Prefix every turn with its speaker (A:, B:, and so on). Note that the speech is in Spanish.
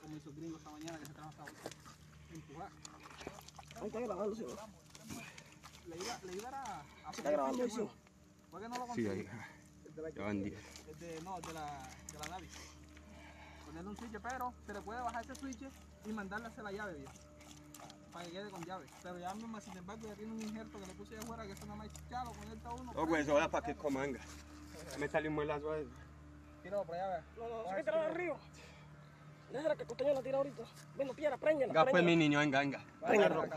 A: como esos gringos esta mañana que se trabaja a empujar.
B: Ahí está grabando, sí, ¿no?
A: Le iba, le iba a... a
B: Está grabando, sí.
A: ¿Por qué no lo
C: Sí,
A: consigo?
C: ahí.
A: Desde la-
C: Ya van 10.
A: desde- no, de la, de la Navi. Ponerle un switch, pero se le puede bajar ese switch y mandarle a hacer la llave, viejo. Para que quede con llave. Pero ya mismo, sin embargo, ya tiene un injerto que le puse de fuera que eso nada más es chalo, conecta uno.
C: Oh, pues ahora para que comanga. Me salió un muelazo ahí.
A: Tíralo por allá, ve.
B: No, no, hay que tirarla al río. Déjala que el costeño la tira ahorita. Bueno, piedra, préñela.
C: Acá fue
B: préñela.
C: mi niño en ganga.
A: Vaya,
B: Venga,
A: roca.